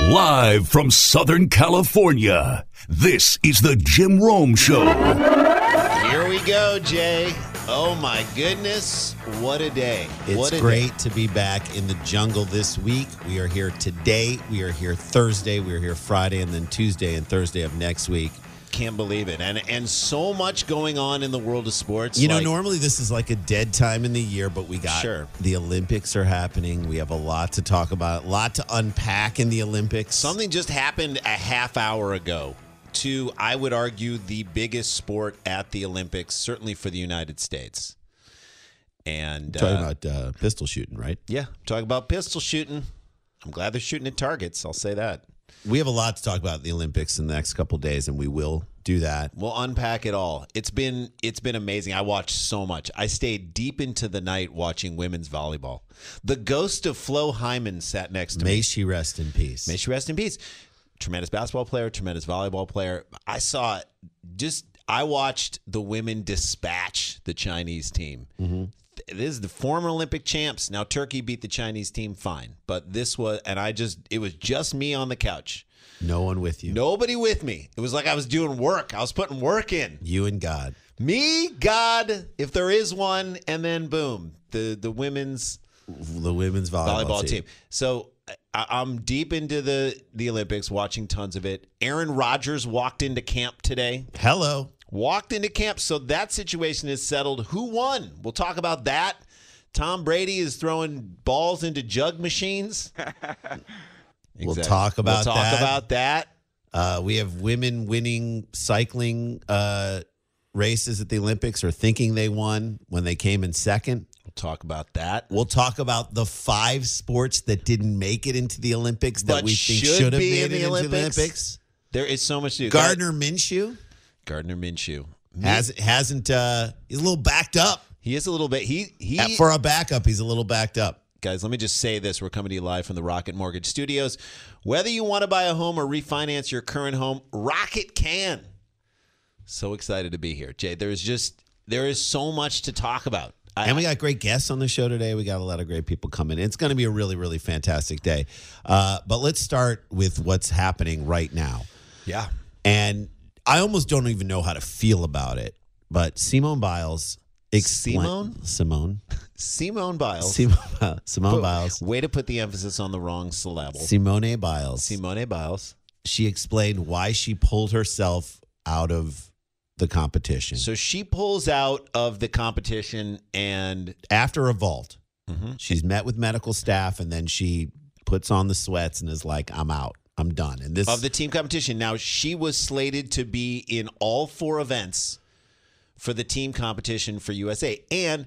Live from Southern California, this is the Jim Rome Show. Here we go, Jay. Oh my goodness, what a day. It's what a great day. to be back in the jungle this week. We are here today, we are here Thursday, we are here Friday and then Tuesday and Thursday of next week. Can't believe it. And and so much going on in the world of sports. You know, like- normally this is like a dead time in the year, but we got Sure. the Olympics are happening. We have a lot to talk about, a lot to unpack in the Olympics. Something just happened a half hour ago to, I would argue, the biggest sport at the Olympics, certainly for the United States. And talking uh, about uh, pistol shooting, right? yeah, talk about pistol shooting. I'm glad they're shooting at targets. I'll say that. We have a lot to talk about in the Olympics in the next couple of days, and we will do that. We'll unpack it all. It's been it's been amazing. I watched so much. I stayed deep into the night watching women's volleyball. The ghost of Flo Hyman sat next to me. May she rest in peace. May she rest in peace. Tremendous basketball player, tremendous volleyball player. I saw it. Just I watched the women dispatch the Chinese team. Th- This is the former Olympic champs. Now Turkey beat the Chinese team, fine. But this was, and I just it was just me on the couch. no one with you. Nobody with me. It was like I was doing work. I was putting work in. You and God. Me, God, if there is one, and then boom, the the women's The women's volleyball, volleyball team. So I, I'm deep into the the Olympics, watching tons of it. Aaron Rodgers walked into camp today. Hello. Walked into camp, so that situation is settled. Who won? We'll talk about that. Tom Brady is throwing balls into jug machines. We'll Exactly. talk about we'll talk that. about that. Uh, we have women winning cycling uh, races at the Olympics or thinking they won when they came in second. We'll talk about that. We'll talk about the five sports that didn't make it into the Olympics that But we think should should have be in made it the into the Olympics. Olympics. There is so much to do. Gardner Minshew Gardner Minshew. hasn't hasn't uh, he's a little backed up. He is a little bit. He he. At- For a backup, he's a little backed up. Guys, let me just say this. We're coming to you live from the Rocket Mortgage Studios. Whether you want to buy a home or refinance your current home, Rocket can. So excited to be here. Jay, there is just there is so much to talk about. I, And we got great guests on the show today. We got a lot of great people coming. It's going to be a really, really fantastic day. Uh, but let's start with what's happening right now. yeah. and I almost don't even know how to feel about it. but Simone Biles, Simone? Oh. explain, Simone, Simone Biles. Simone, Biles, Simone Biles, Way to put the emphasis on the wrong syllable. Simone Biles. Simone Biles. she explained why she pulled herself out of the competition So she pulls out of the competition and after a vault. Mhm. She's met with medical staff, and then she puts on the sweats and is like, "I'm out, I'm done." And this of the team competition. Now she was slated to be in all four events for the team competition for USA. And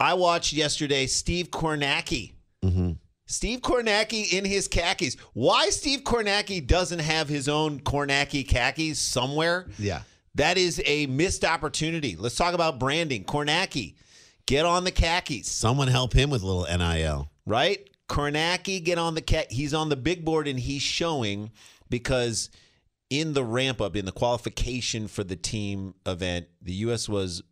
I watched yesterday Steve Kornacki. Mm-hmm. Steve Kornacki in his khakis. Why Steve Kornacki doesn't have his own Kornacki khakis somewhere? yeah, That is a missed opportunity. Let's talk about branding. Kornacki, get on the khakis, someone help him with a little nil. right? Kornacki, get on the cat. He's on the big board and he's showing because in the ramp up, in the qualification for the team event, the U.S. was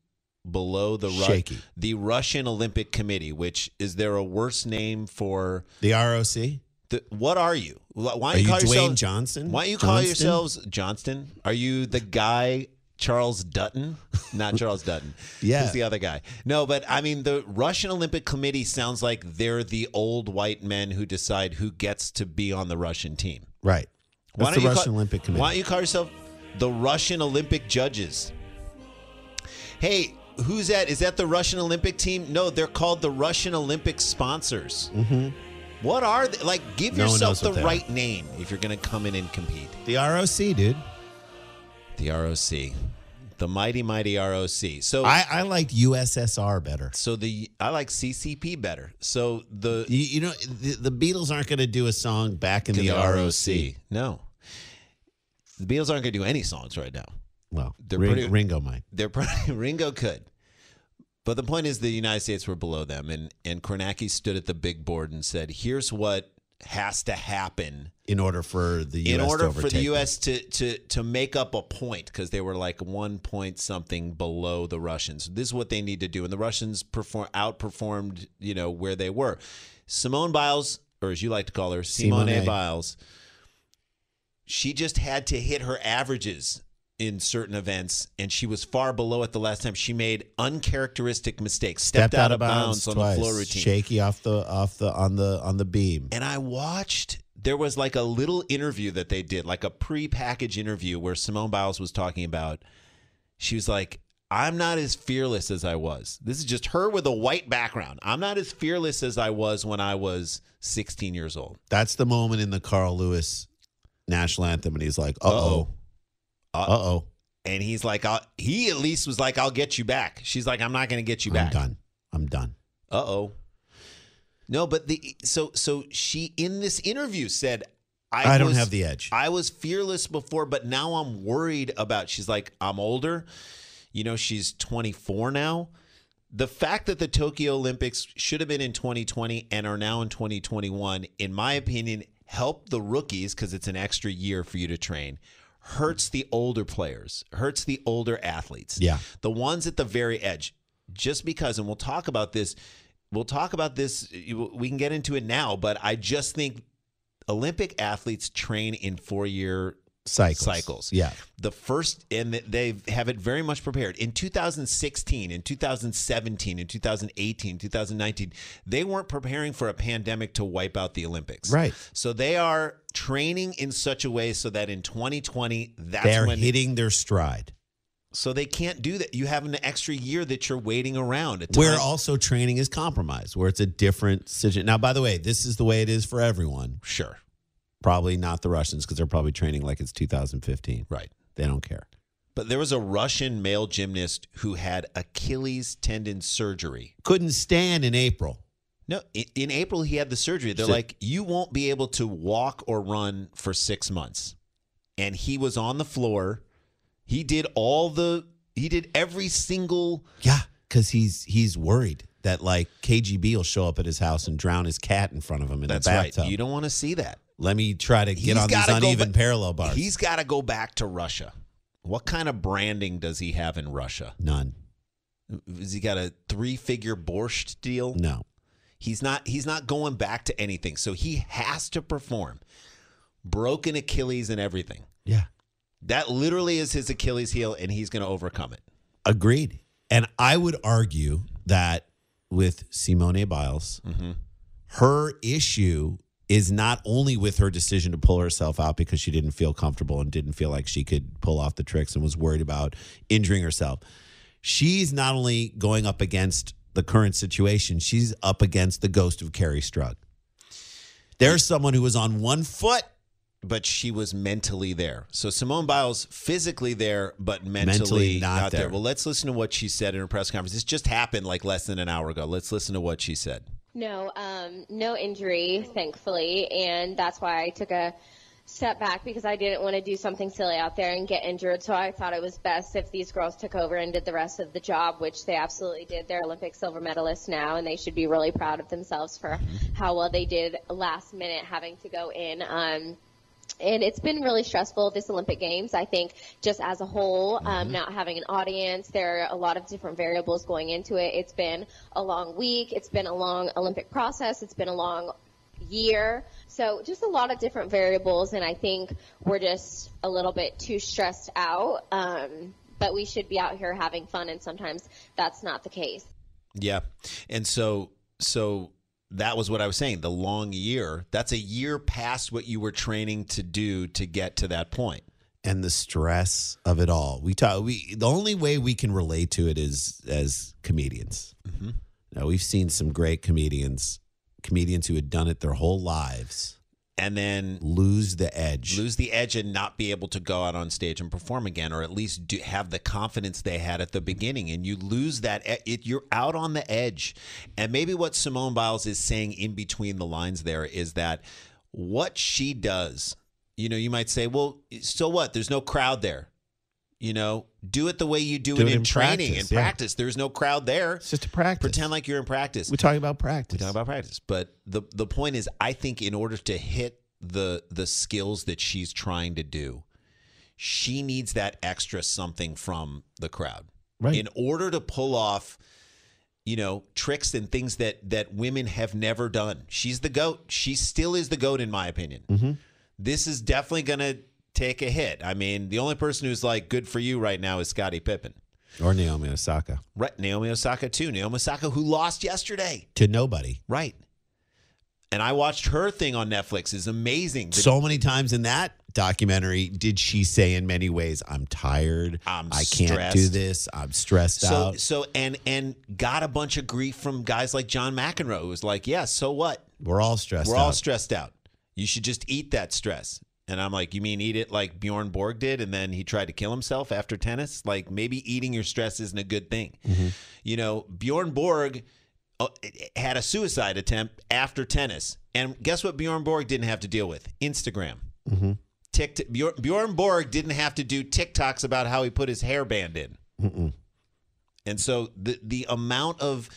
below the Ru- Shaky. the Russian Olympic Committee, which is there a worse name for The ROC. the, what are you? Why why Are you call yourself- Dwayne Johnson? Why don't you call Johnston? yourselves Johnston? Are you the guy Charles Dutton? Not Charles Dutton. Yeah. Who's the other guy? No, but I mean, the Russian Olympic Committee sounds like they're the old white men who decide who gets to be on the Russian team. Right. Why That's don't the you call- Russian Olympic Committee. Why don't you call yourself the Russian Olympic Judges? Hey, who's that? Is that the Russian Olympic team? No, they're called the Russian Olympic sponsors. Mm-hmm. What are they? Like, give No one yourself knows what the they are. right name if you're going to come in and compete. The ROC, dude. The ROC, the mighty mighty ROC. So I, I liked USSR better. so the I like CCP better. So the You, you know, the, the Beatles aren't going to do a song back in the, ROC. No, the Beatles aren't going to do any songs right now. Well, They're Ring- pretty- Ringo might. They're probably Ringo could. But the point is, the United States were below them, and and Kornacki stood at the big board and said, "Here's what has to happen In order for the U.S. in to order for overtake the them. U.S. to to to make up a point because they were like one point something below the Russians. This is what they need to do, and the Russians perform outperformed you know where they were. Simone Biles, or as you like to call her, Simone, Simone. Biles, she just had to hit her averages in certain events, and she was far below it the last time. She made uncharacteristic mistakes, stepped, out, of bounds, on twice, the floor routine. Shaky off the off the on the on the beam. And I watched there was like a little interview that they did, like a pre-package interview where Simone Biles was talking about she was like, I'm not as fearless as I was. This is just her with a white background. I'm not as fearless as I was when I was 16 years old. That's the moment in the Carl Lewis national anthem, and he's like, "Uh oh, uh oh, And he's like, I'll, he at least was like, I'll get you back. She's like, I'm not going to get you I'm back. done. I'm done." Uh oh. No, but the so so she in this interview said, I, I, don't was- have the edge. I was fearless before, but now I'm worried about. She's like, I'm older. You know, she's 24 now. The fact that the Tokyo Olympics should have been in 2020 and are now in 2021, in my opinion, help the rookies because it's an extra year for you to train. Hurts the older players, hurts the older athletes yeah, the ones at the very edge just because and we'll talk about this we'll talk about this you- we can get into it now but i just think olympic athletes train in four year cycles. Cycles. Yeah, the first and th- they have it very much prepared in 2016 in 2017 in 2018 2019 they weren't preparing for a pandemic to wipe out the olympics Right. so they are training in such a way so that in 2020 that's they're when hitting their stride. so they can't do that. You have an extra year that you're waiting around. A Where time- also training is compromised, where it's a different situation. Now, by the way, this is the way it is for everyone. sure, Probably not the Russians because they're probably training like it's 2015. right. They don't care. But there was a Russian male gymnast who had Achilles tendon surgery. Couldn't stand in April. No, in, in April he had the surgery. They're So- like, you won't be able to walk or run for six months, and he was on the floor. He did all the. He did every single. Yeah, because he's he's worried that like KGB will show up at his house and drown his cat in front of him in That's the right. bathtub. You don't want to see that. Let me try to He's get on these gotta go uneven ba- parallel bars. He's got to go back to Russia. What kind of branding does he have in Russia? none. Has he got a three figure borscht deal? No. He's not he's not going back to anything. So he has to perform. Broken Achilles and everything. Yeah. That literally is his Achilles heel and he's gonna overcome it. Agreed. And I would argue that with Simone Biles, her issue is not only with her decision to pull herself out because she didn't feel comfortable and didn't feel like she could pull off the tricks and was worried about injuring herself. She's not only going up against the current situation, she's up against the ghost of Carrie Strug. There's someone who was on one foot But she was mentally there. So Simone Biles physically there, but mentally, Mentally not there. there. Well, let's listen to what she said in her press conference. This just happened like less than an hour ago. Let's listen to what she said. No, um, no injury, thankfully, and that's why I took a step back because I didn't want to do something silly out there and get injured. So I thought it was best if these girls took over and did the rest of the job, which they absolutely did. They're Olympic silver medalists now, and they should be really proud of themselves for how well they did last minute having to go in. Um, and it's been really stressful this Olympic Games. I think just as a whole, um, not having an audience, there are a lot of different variables going into it. It's been a long week. It's been a long Olympic process. It's been a long year. So just a lot of different variables, and I think we're just a little bit too stressed out. Um, but we should be out here having fun, and sometimes that's not the case. Yeah. And so so that was what I was saying. The long year, that's a year past what you were training to do to get to that point. and the stress of it all. We talk. We the only way we can relate to it is as comedians. Mm-hmm. Now we've seen some great comedians, comedians who had done it their whole lives, And then lose the edge. lose the edge and not be able to go out on stage and perform again or at least do, have the confidence they had at the beginning and you lose that e- it, you're out on the edge and maybe what simone biles is saying in between the lines there is that what she does you know you might say well so what there's no crowd there you know do it the way you do, it, in, training practice, in yeah. practice there's no crowd there it's just a practice. pretend like you're in practice we're talking about practice. we talk about practice, but the the point is, I think in order to hit the the skills that she's trying to do, she needs that extra something from the crowd. Right. In order to pull off, you know, tricks and things that that women have never Mm-hmm. done, she's the goat. She still is the goat, in my opinion. This is definitely gonna take a hit. I mean, the only person who's like good for you right now is Scottie Pippen. or Naomi Osaka Right, Naomi Osaka too. Naomi Osaka who lost yesterday. to nobody. Right. And I watched her thing on Netflix. is amazing. The- So many times in that documentary did she say in many ways, I'm tired. I'm I can't do stressed." this. I'm stressed so out. so and and got a bunch of grief from guys like John McEnroe who was like, "Yeah, so what? We're all stressed We're out. all stressed out. You should just eat that stress." And I'm like, "You mean eat it like Bjorn Borg did and then he tried to kill himself after tennis? Like maybe eating your stress isn't a good thing." Mm-hmm. You know, Bjorn Borg uh, had a suicide attempt after tennis. And guess what Bjorn Borg didn't have to deal with? Instagram. Tick- Bjorn, Bjorn Borg didn't have to do TikToks about how he put his hairband in. And so the the amount of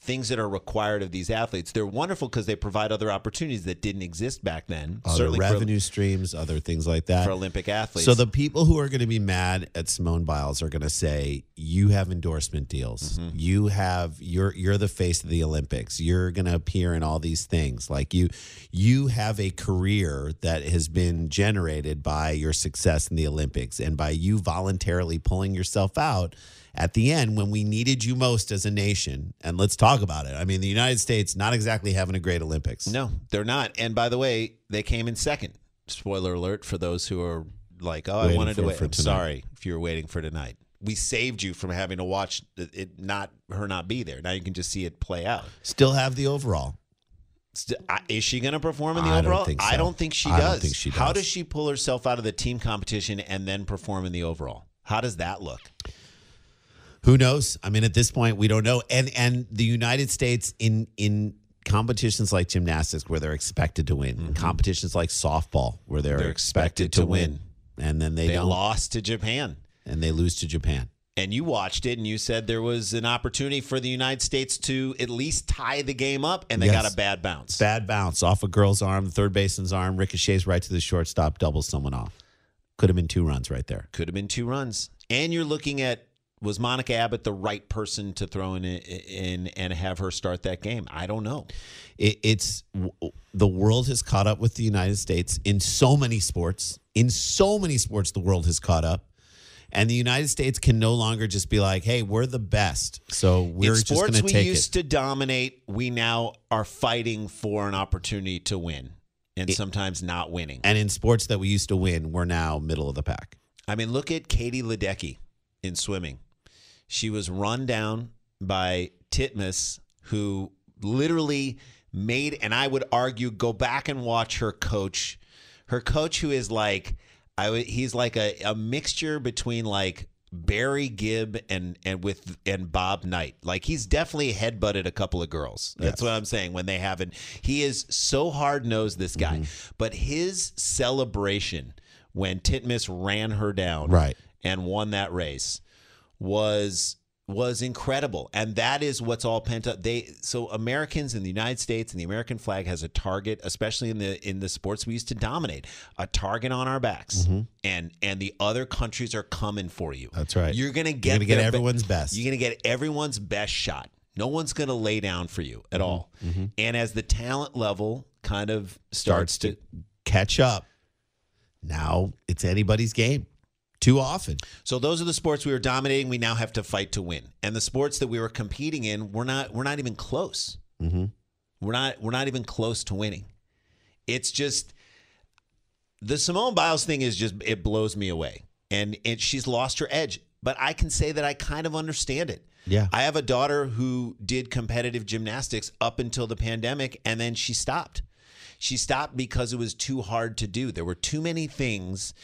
things that are required of these athletes, they're wonderful because they provide other opportunities that didn't exist back then. other certainly Oh, revenue streams, other things like for, that. for Olympic athletes. So the people who are going to be mad at Simone Biles are going to say, "You have endorsement deals. Mm-hmm. You have you're you're the face of the Olympics. You're going to appear in all these things. Like you you have a career that has been generated by your success in the Olympics and by you voluntarily pulling yourself out." At the end, when we needed you most as a nation, and let's talk about it. I mean, the United States not exactly having a great Olympics. no, they're not. And by the way, they came in second. Spoiler alert for those who are like, "Oh, I Waiting wanted to for- wait." for I'm tonight. sorry if you were waiting for tonight. We saved you from having to watch it- it not her not be there. Now you can just see it play out. Still have the overall. St- I- Is she going to perform in the I don't overall? think I so. don't think she does. I don't think she How does. does she pull herself out of the team competition and then perform in the overall? How does that look? who knows i mean at this point we don't know and and the united states in in competitions like gymnastics where they're expected to win and competitions like softball where Mm-hmm. they're, They're expected, expected to to win. and then they, They don't lost to Japan. and they lose to japan And you watched it and you said there was an opportunity for the United States to at least tie the game up and they Yes. got a bad bounce. bad bounce off a girl's arm third baseman's arm ricochets right to the shortstop doubles someone off could have been two runs right there Could have been two runs. And you're looking at was Monica Abbott the right person to throw in, in and have her start that game? I don't know. it, it's w- the world has caught up with the United States in so many sports. In so many sports, the world has caught up, and the United States can no longer just be like, "Hey, we're the best," so we're in just going sports to we take it. used to dominate we now are fighting for an opportunity to win and sometimes not winning and in sports that we used to win, we're now middle of the pack. i mean look at katie ledecky in swimming she was run down by titmus who literally made and i would argue go back and watch her coach her coach who is like I would, he's like a, a mixture between like Barry Gibb and and with and Bob Knight. Like he's definitely headbutted a couple of girls. That's what I'm saying when they haven't. He is so hard nosed this guy. But his celebration when Titmus ran her down Right. and won that race was was incredible and that is what's all pent up they so americans in the united states and the american flag has a target especially in the in the sports we used to dominate a target on our backs and and the other countries are coming for you Mm-hmm. That's right. you're gonna get You're gonna get their be- everyone's best. you're gonna get everyone's best shot no one's gonna lay down for you Mm-hmm. at all and as the talent level kind of starts, to catch up. Now it's anybody's game. Too often, So those are the sports we were dominating. We now have to fight to win. And the sports that we were competing in, we're not we're not even close. We're not we're not even close to winning. It's just the Simone Biles thing is just it blows me away. And and she's lost her edge. But I can say that I kind of understand it. Yeah. I have a daughter who did competitive gymnastics up until the pandemic and then she stopped. She stopped because it was too hard to do. There were too many things.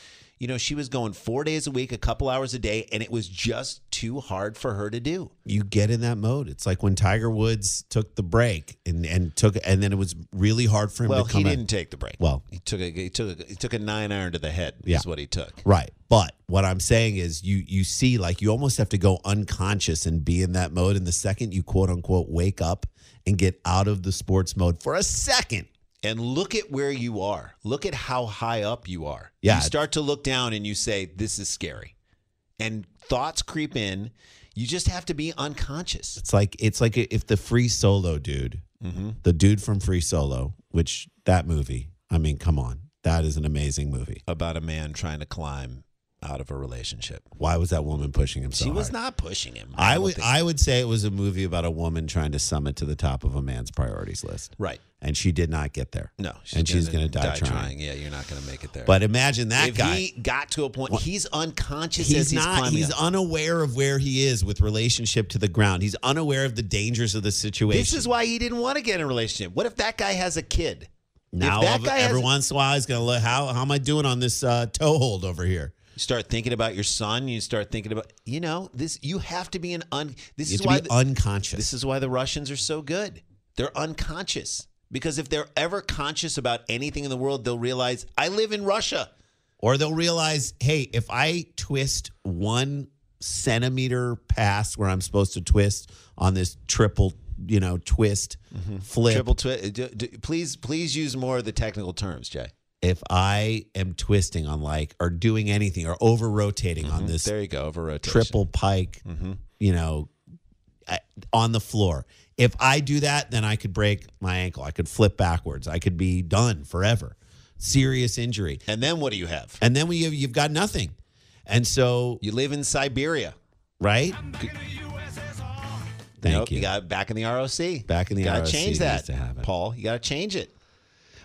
You know, she was going four days a week, a couple hours a day, and it was just too hard for her to do. you get in that mode. It's like when Tiger Woods took the break and and took, and then it was really hard for him Well, to come he in. didn't take the break. Well- he took a he took a, he took a nine iron to the head. Yeah. Is what he took. Right. But what I'm saying is you you see like you almost have to go unconscious and be in that mode and the second you quote unquote wake up and get out of the sports mode for a second. And look at where you are. Look at how high up you are. Yeah. You start to look down and you say, "This is scary," and thoughts creep in. You just have to be unconscious. It's like it's like if the free Mm-hmm. solo dude, the dude from Free Solo, which that movie, I mean, come on. That is an amazing movie. about a man trying to climb out of a relationship. Why was that woman pushing him so she was hard? not pushing him. I don't would think- I would say it was a movie about a woman trying to summit to the top of a man's priorities list, right. and she did not get there. No, and she's gonna going to die, trying. Yeah, you're not going to make it there. But imagine that if guy. he got to a point, he's unconscious. as he's he's not. climbing He's up. unaware of where he is with relationship to the ground. He's unaware of the dangers of the situation. This is why he didn't want to get in a relationship. What if that guy has a kid? now if that all- guy has- every once in a while he's going to look. How how am I doing on this uh, toe hold over here? You start thinking about your son. You start thinking about you know this. You have to be an un. This You is have to why be the- unconscious. this is why the Russians are so good. They're unconscious because if they're ever conscious about anything in the world, they'll realize I live in Russia. or they'll realize, hey, if I twist one centimeter past where I'm supposed to twist on this triple, you know, twist Mm-hmm. flip, Triple twist. Please, please use more of the technical terms, Jay. if I am twisting on like or doing anything or over rotating on this Mm-hmm. There you go. Over rotation. triple pike, Mm-hmm. you know, I- on the floor. If I do that, then I could break my ankle. I could flip backwards. I could be done forever. Serious injury. And then what do you have? And then we you've, you've got nothing. And so, You live in Siberia. right? Thank Nope, You got back in the ROC. Back in the gotta ROC change needs that, to happen. Paul. You got to change it.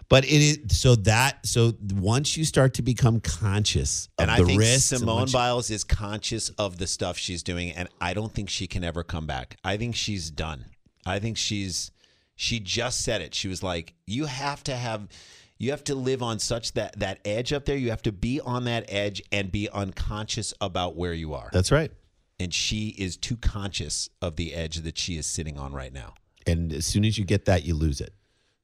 But it is so that so once you start to become conscious of And I the think risks, and Simone once you- Biles is conscious of the stuff she's doing, and I don't think she can ever come back. I think she's done. I think she's she just said it. She was like, "You have to have." You have to live on such that that edge up there. You have to be on that edge and be unconscious about where you are. that's right. and she is too conscious of the edge that she is sitting on right now. And as soon as you get that, you lose it.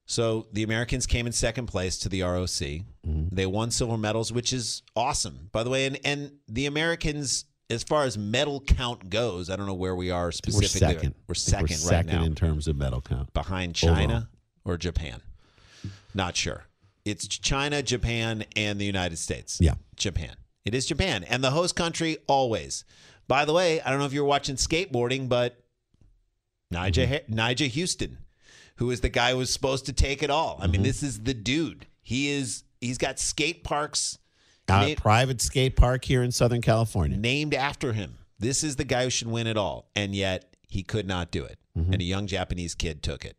So the Americans came in second place to the ROC. Mm-hmm. They won silver medals, which is awesome, by the way. And and the Americans, as far as medal count goes, I don't know where we are We're specifically. second. We're I think second right second now, in terms of medal count. behind China Overall. or Japan. Not sure. It's China, Japan, and the United States. Yeah. Japan. It is Japan and the host country always. By the way, I don't know if you're watching skateboarding, but Nigel Mm-hmm. Nigel Houston, who is the guy who was supposed to take it all. I Mm-hmm. mean, this is the dude. He is. He's got skate parks Got a Nate- private skate park here in Southern California. named after him. This is the guy who should win it all, and yet he could not do it. Mm-hmm. And a young Japanese kid took it.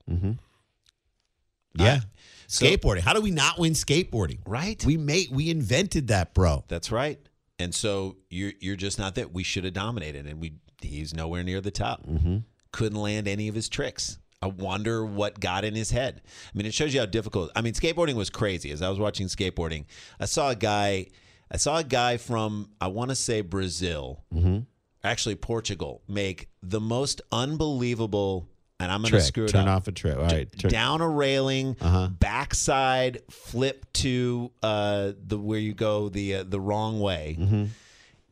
Yeah, so- skateboarding. How do we not win skateboarding? Right. We made we invented that, bro. That's right. And so you're you're just not that. We should have dominated, and we he's nowhere near the top. Mm-hmm. Couldn't land any of his tricks. I wonder what got in his head. I mean, it shows you how difficult. I mean, skateboarding was crazy. As I was watching skateboarding, I saw a guy. I saw a guy from I want to say Brazil, Mm-hmm. actually Portugal, make the most unbelievable. And I'm going to Trick. screw it Turn up off a trip. All right. Turn. down a railing, backside flip to uh, the where you go the uh, the wrong way,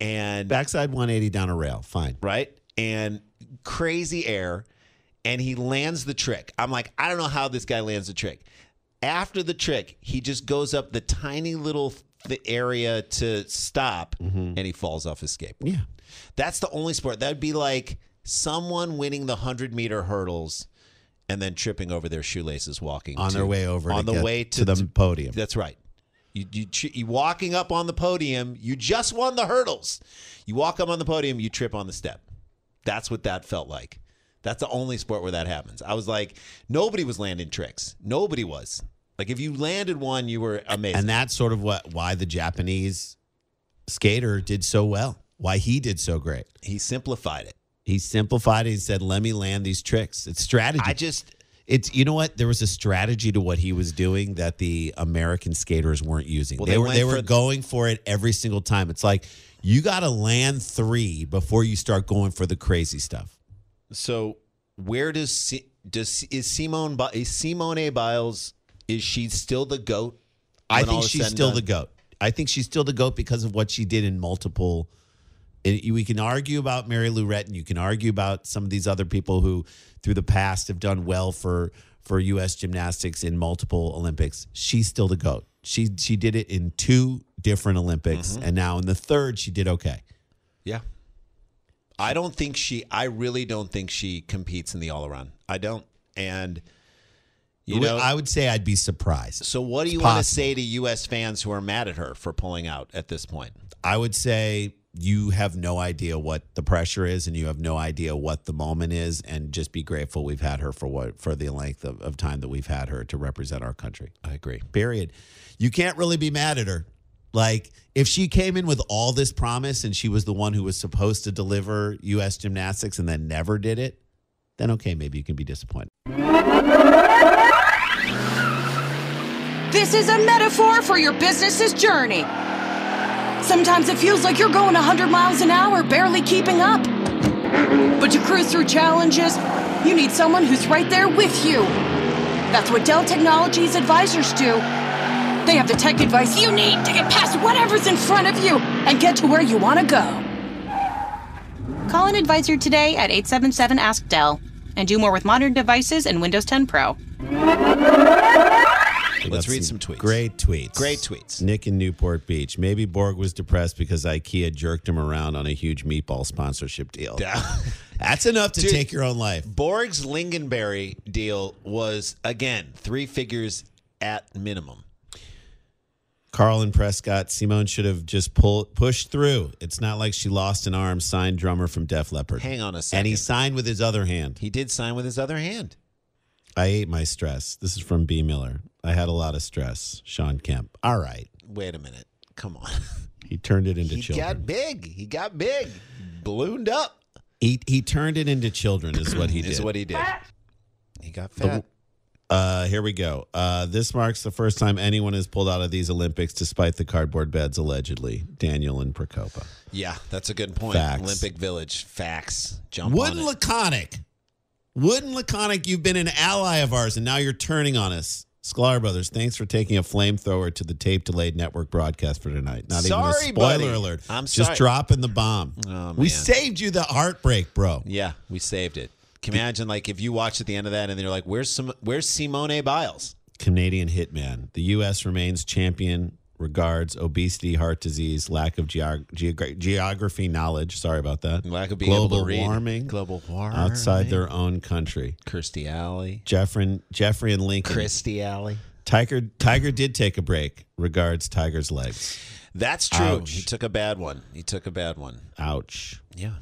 and Backside 180 down a rail. Fine. right and crazy air, and he lands the trick. I'm like, I don't know how this guy lands the trick. After the trick, he just goes up the tiny little the area to stop, and he falls off his skateboard. Mm-hmm. Yeah. That's the only sport. That'd be like someone winning the 100 meter hurdles and then tripping over their shoelaces walking On to- their way over. On to the get way to, to the to- podium. That's right. You, you, tri- you walking up on the podium, you just won the hurdles. You walk up on the podium, you trip on the step. That's what that felt like. That's the only sport where that happens. I was like, nobody was landing tricks. Nobody was. Like, if you landed one, you were amazing. and that's sort of what why the Japanese skater did so well, why he did so great. he simplified it. He simplified it and said, "Let me land these tricks." It's strategy. I just, it's you know what? There was a strategy to what he was doing that the American skaters weren't using. Well, they, they were went they were for- going for it every single time. It's like you got to land three before you start going for the crazy stuff. So where does Si- does is Simone Bi- is Simone Biles is she still the goat? I when all think is she's said and still done? the goat. I think she's still the goat because of what she did in multiple. and you- we can argue about Mary Lou Retton. You can argue about some of these other people who, through the past, have done well for for U.S. gymnastics in multiple Olympics. She's still the goat. She she did it in two different Olympics, Mm-hmm. and now in the third, she did okay. Yeah. I don't think she I really don't think she competes in the all around. I don't and You know, I would say I'd be surprised. So what do you want to say to U.S. fans who are mad at her for pulling out at this point? I would say you have no idea what the pressure is and you have no idea what the moment is and just be grateful we've had her for what for the length of, of time that we've had her to represent our country. I agree. Period. You can't really be mad at her. Like if she came in with all this promise and she was the one who was supposed to deliver US gymnastics and then never did it, then okay, maybe you can be disappointed. This is a metaphor for your business's journey. Sometimes it feels like you're going 100 miles an hour, barely keeping up. But to cruise through challenges, you need someone who's right there with you. That's what Dell Technologies advisors do. They have the tech advice you need to get past whatever's in front of you and get to where you want to go. Call an advisor today at 877 Ask Dell and do more with modern devices and Windows 10 Pro. Let's Got read some tweets. Great tweets. Great tweets. Nick in Newport Beach. Maybe Borg was depressed because IKEA jerked him around on a huge meatball sponsorship deal. That's enough to Dude. take your own life. Borg's Lingonberry deal was again three figures at minimum. Carl and Prescott. Simone should have just pulled pushed through. It's not like she lost an arm. Signed drummer from Def Leppard. Hang on a second. and he signed with his other hand. He did sign with his other hand. I ate my stress. This is from B Miller. I had a lot of stress. Sean Kemp. All right. Wait a minute. Come on. He turned it into he children. got big. He got big. Ballooned up he he turned it into children is what he did. is what he did. He got fat. Uh, here we go. Uh, this marks the first time anyone has pulled out of these Olympics, despite the cardboard beds allegedly. Daniel and Procopa. Yeah, that's a good point. Facts. Olympic Village. Facts. Jump on Wooden it. laconic. Wooden laconic. You've been an ally of ours, and now you're turning on us. Sklar Brothers, thanks for taking a flamethrower to the tape delayed network broadcast for tonight. Not even Sorry, a spoiler buddy. alert. I'm just sorry. dropping the bomb. Oh, we man. saved you the heartbreak, bro. Yeah, we saved it. Can you imagine like if you watch at the end of that and then you're like, "Where's some? Where's Simone Biles?" Canadian hitman. The U.S. remains champion. Regards obesity, heart disease, lack of geog- geog- geography knowledge. Sorry about that. Lack of being global able to read. warming. Global warming. outside their own country. Kirstie Alley, Jeffrey, Jeffrey and Lincoln. Christy Alley. Tiger, Tiger did take a break. Regards, Tiger's legs. That's true. Ouch. He took a bad one. He took a bad one. Ouch. Yeah.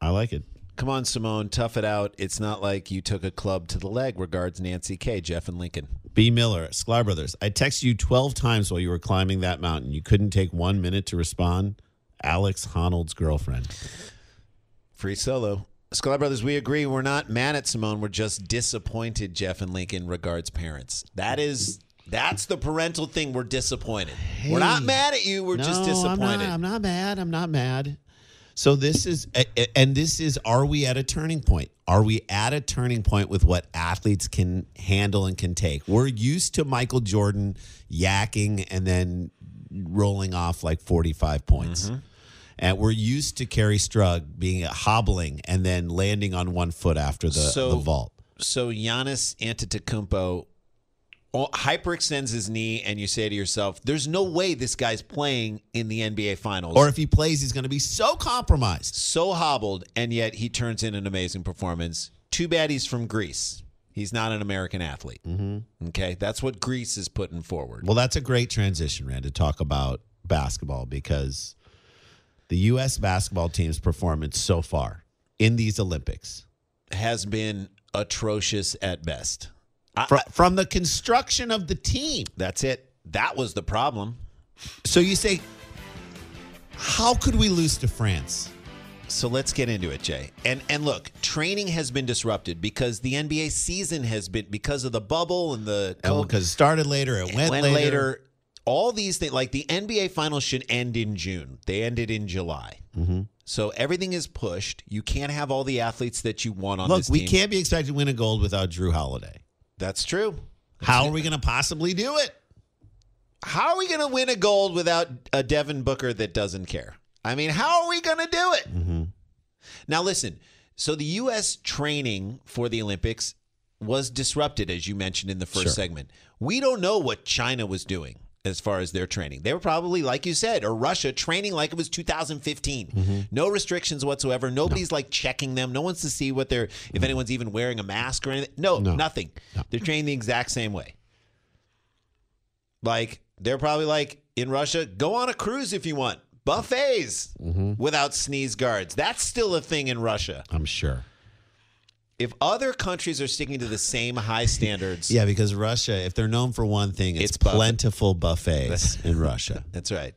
I like it. Come on, Simone, tough it out. It's not like you took a club to the leg. Regards, Nancy K, Jeff and Lincoln. B. Miller, Sklar Brothers. I texted you 12 times while you were climbing that mountain. You couldn't take one minute to respond. Alex Honnold's girlfriend. Free solo. Skull Brothers, we agree. We're not mad at Simone. We're just disappointed, Jeff and Lincoln. Regards, parents. That is. That's the parental thing. We're disappointed. we're not Hey. mad at you. We're just disappointed. I'm not, I'm not mad. I'm not mad. So this is, a- a- and this is, are we at a turning point? Are we at a turning point with what athletes can handle and can take? We're used to Michael Jordan yakking and then rolling off like 45 points. Mm-hmm. And we're used to Kerry Strug being hobbling and then landing on one foot after the, So- the vault. so Giannis Antetokounmpo oh, hyperextends his knee, and you say to yourself, "There's no way this guy's playing in the NBA Finals." Or if he plays, he's going to be so compromised. so hobbled, and yet he turns in an amazing performance. Too bad he's from Greece. He's not an American athlete. Mm-hmm. Okay, that's what Greece is putting forward. Well, that's a great transition, Rand, to talk about basketball because the U.S. basketball team's performance so far in these Olympics, Has been atrocious at best. I- fr- from the construction of the team. That's it. That was the problem. So you say, how could we lose to France? So let's get into it, Jay. And and look, training has been disrupted because the NBA season has been because of the bubble and the Because it started later, it, went, went later. later. All these things, like the NBA finals should end in June. They ended in July. Mm-hmm. So everything is pushed. You can't have all the athletes that you want on Look, this we team. can't be expected to win a gold without Drew Holiday. That's true. How are we going to possibly do it? How are we going to win a gold without a Devin Booker that doesn't care? I mean, how are we going to do it? Now, listen. So the U.S. training for the Olympics was disrupted, as you mentioned in the first segment. We don't know what China was doing. as far as their training. They were probably, like you said, or Russia training like it was 2015. No restrictions whatsoever. Nobody's like checking them. No one's to see what they're, if anyone's even wearing a mask or anything. No, No. nothing. They're trained the exact same way. Like, they're probably like in Russia, go on a cruise if you want. Buffets without sneeze guards. That's still a thing in Russia. I'm sure. If other countries are sticking to the same high standards, Yeah, because Russia, if they're known for one thing, it's, It's buffet. plentiful buffets in Russia. that's right.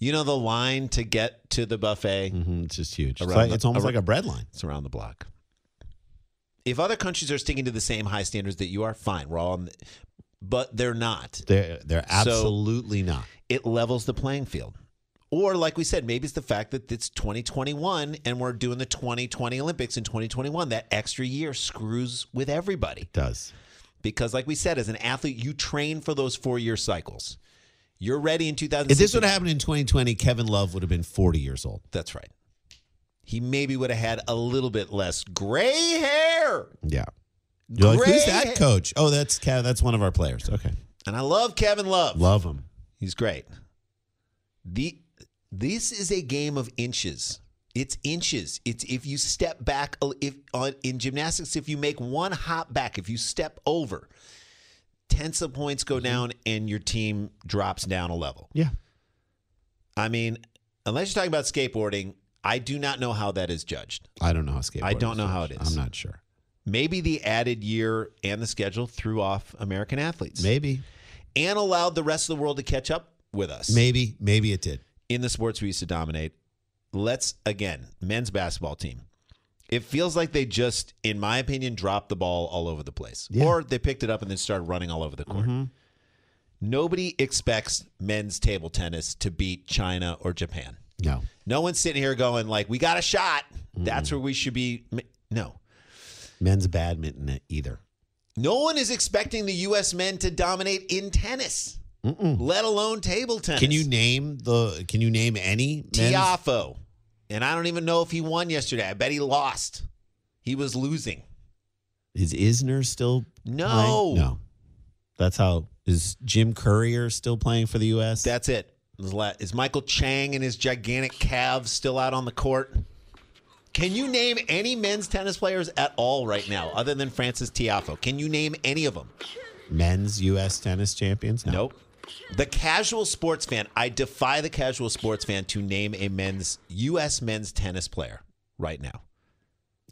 You know the line to get to the buffet? hmm it's just huge. It's, Around like, the- it's almost around- like a bread line. It's around the block. If other countries are sticking to the same high standards that you are, fine. We're all on the, but they're not. They're they're absolutely not. It levels the playing field. Or like we said, maybe it's the fact that it's 2021 and we're doing the 2020 Olympics in 2021. That extra year screws with everybody. Does Because like we said, as an athlete, you train for those four-year cycles. You're ready in 2000. if this would have happened in 2020, Kevin Love would have been 40 years old. That's right. He maybe would have had a little bit less gray hair. Yeah. You're like, who's Gray that hair. coach? Oh, that's Kev, that's one of our players. Okay, And I love Kevin Love. love him. He's great. The this is a game of inches. It's inches. It's if you step back a- if on in gymnastics if you make one hop back, if you step over, tens of points go down and your team drops down a level. Yeah, I mean, unless you're talking about skateboarding, I do not know how that is judged. I don't know how skateboarding. I don't know is. how it is. I'm not sure. Maybe the added year and the schedule threw off American athletes Maybe, and allowed the rest of the world to catch up with us. maybe, maybe it did. in the sports we used to dominate. Let's again, men's basketball team. It feels like they just, in my opinion, dropped the ball all over the place, Yeah. Mm-hmm. or they picked it up and then started running all over the court. Nobody expects men's table tennis to beat China or Japan. No, No one's sitting here going like, "We got a shot." That's where we should be. No, men's badminton e-, either. no one is expecting the U.S. men to dominate in tennis, let alone table tennis. Can you name the? Can you name any? men's- Tiafo. And I don't even know if he won yesterday. I bet he lost. He was losing. Is Isner still? No. playing? no. That's how. Is Jim Courier still playing for the U.S.? That's it. Is la- Is Michael Chang and his gigantic calves still out on the court? Can you name any men's tennis players at all right now, other than Francis Tiafo? Can you name any of them? men's U.S. tennis champions? No. Nope. The casual sports fan, I defy the casual sports fan to name a men's U.S. men's tennis player right now.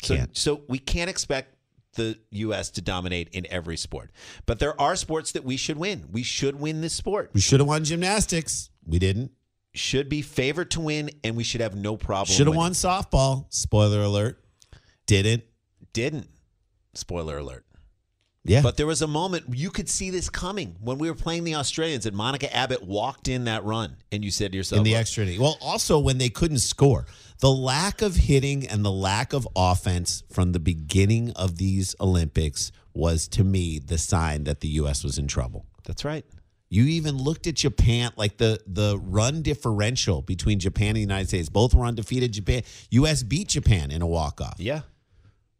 So, Can't. so we can't expect the U.S. to dominate in every sport, but there are sports that we should win. We should win this sport. We should have won gymnastics. We didn't. Should be favored to win, and we should have no problem. Should have winning. won softball. Spoiler alert. Didn't. Didn't. Spoiler alert. Yeah. But there was a moment you could see this coming when we were playing the Australians, and Monica Abbott walked in that run, and you said to yourself, in the "Look, extra inning. Well, also when they couldn't score, the lack of hitting and the lack of offense from the beginning of these Olympics was to me the sign that the U.S. was in trouble. "That's right." You even looked at Japan, like the the run differential between Japan and the United States. Both were undefeated. Japan, U.S. beat Japan in a walk off. Yeah.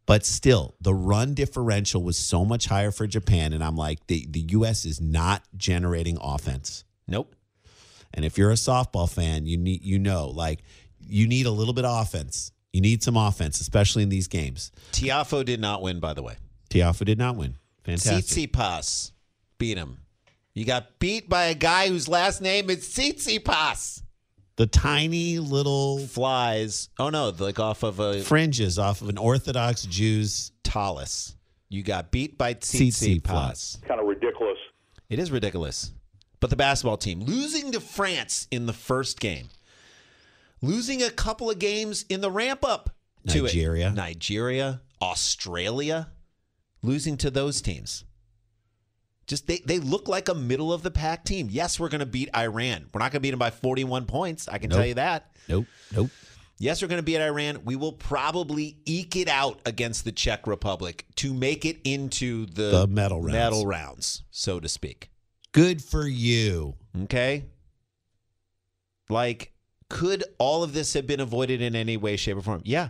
But still, the run differential was so much higher for Japan. And I'm like, the, the U.S. is not generating offense. Nope. And if you're a softball fan, you need you know, like you need a little bit of offense. You need some offense, especially in these games. Tiafo did not win, by the way. Tiafa did not win. Fantastic. Tsitsipas beat him. You got beat by a guy whose last name is Tsitsipas. The tiny little Flies. Oh no, like off of a fringes off of an Orthodox Jew's talus. You got beat by Tsitsipas. Tsitsipas. kind of ridiculous. It is ridiculous. But the basketball team losing to France in the first game, losing a couple of games in the ramp up to it. Nigeria. Nigeria, Australia, losing to those teams. Just they, they look like a middle of the pack team. Yes, we're going to beat Iran. We're not going to beat them by 41 points. I can tell Nope. you that. Nope. Nope. Yes, we're going to beat Iran. We will probably eke it out against the Czech Republic to make it into the, The medal rounds. medal rounds, so to speak. Good for you. Okay. Like, could all of this have been avoided in any way, shape, or form? Yeah.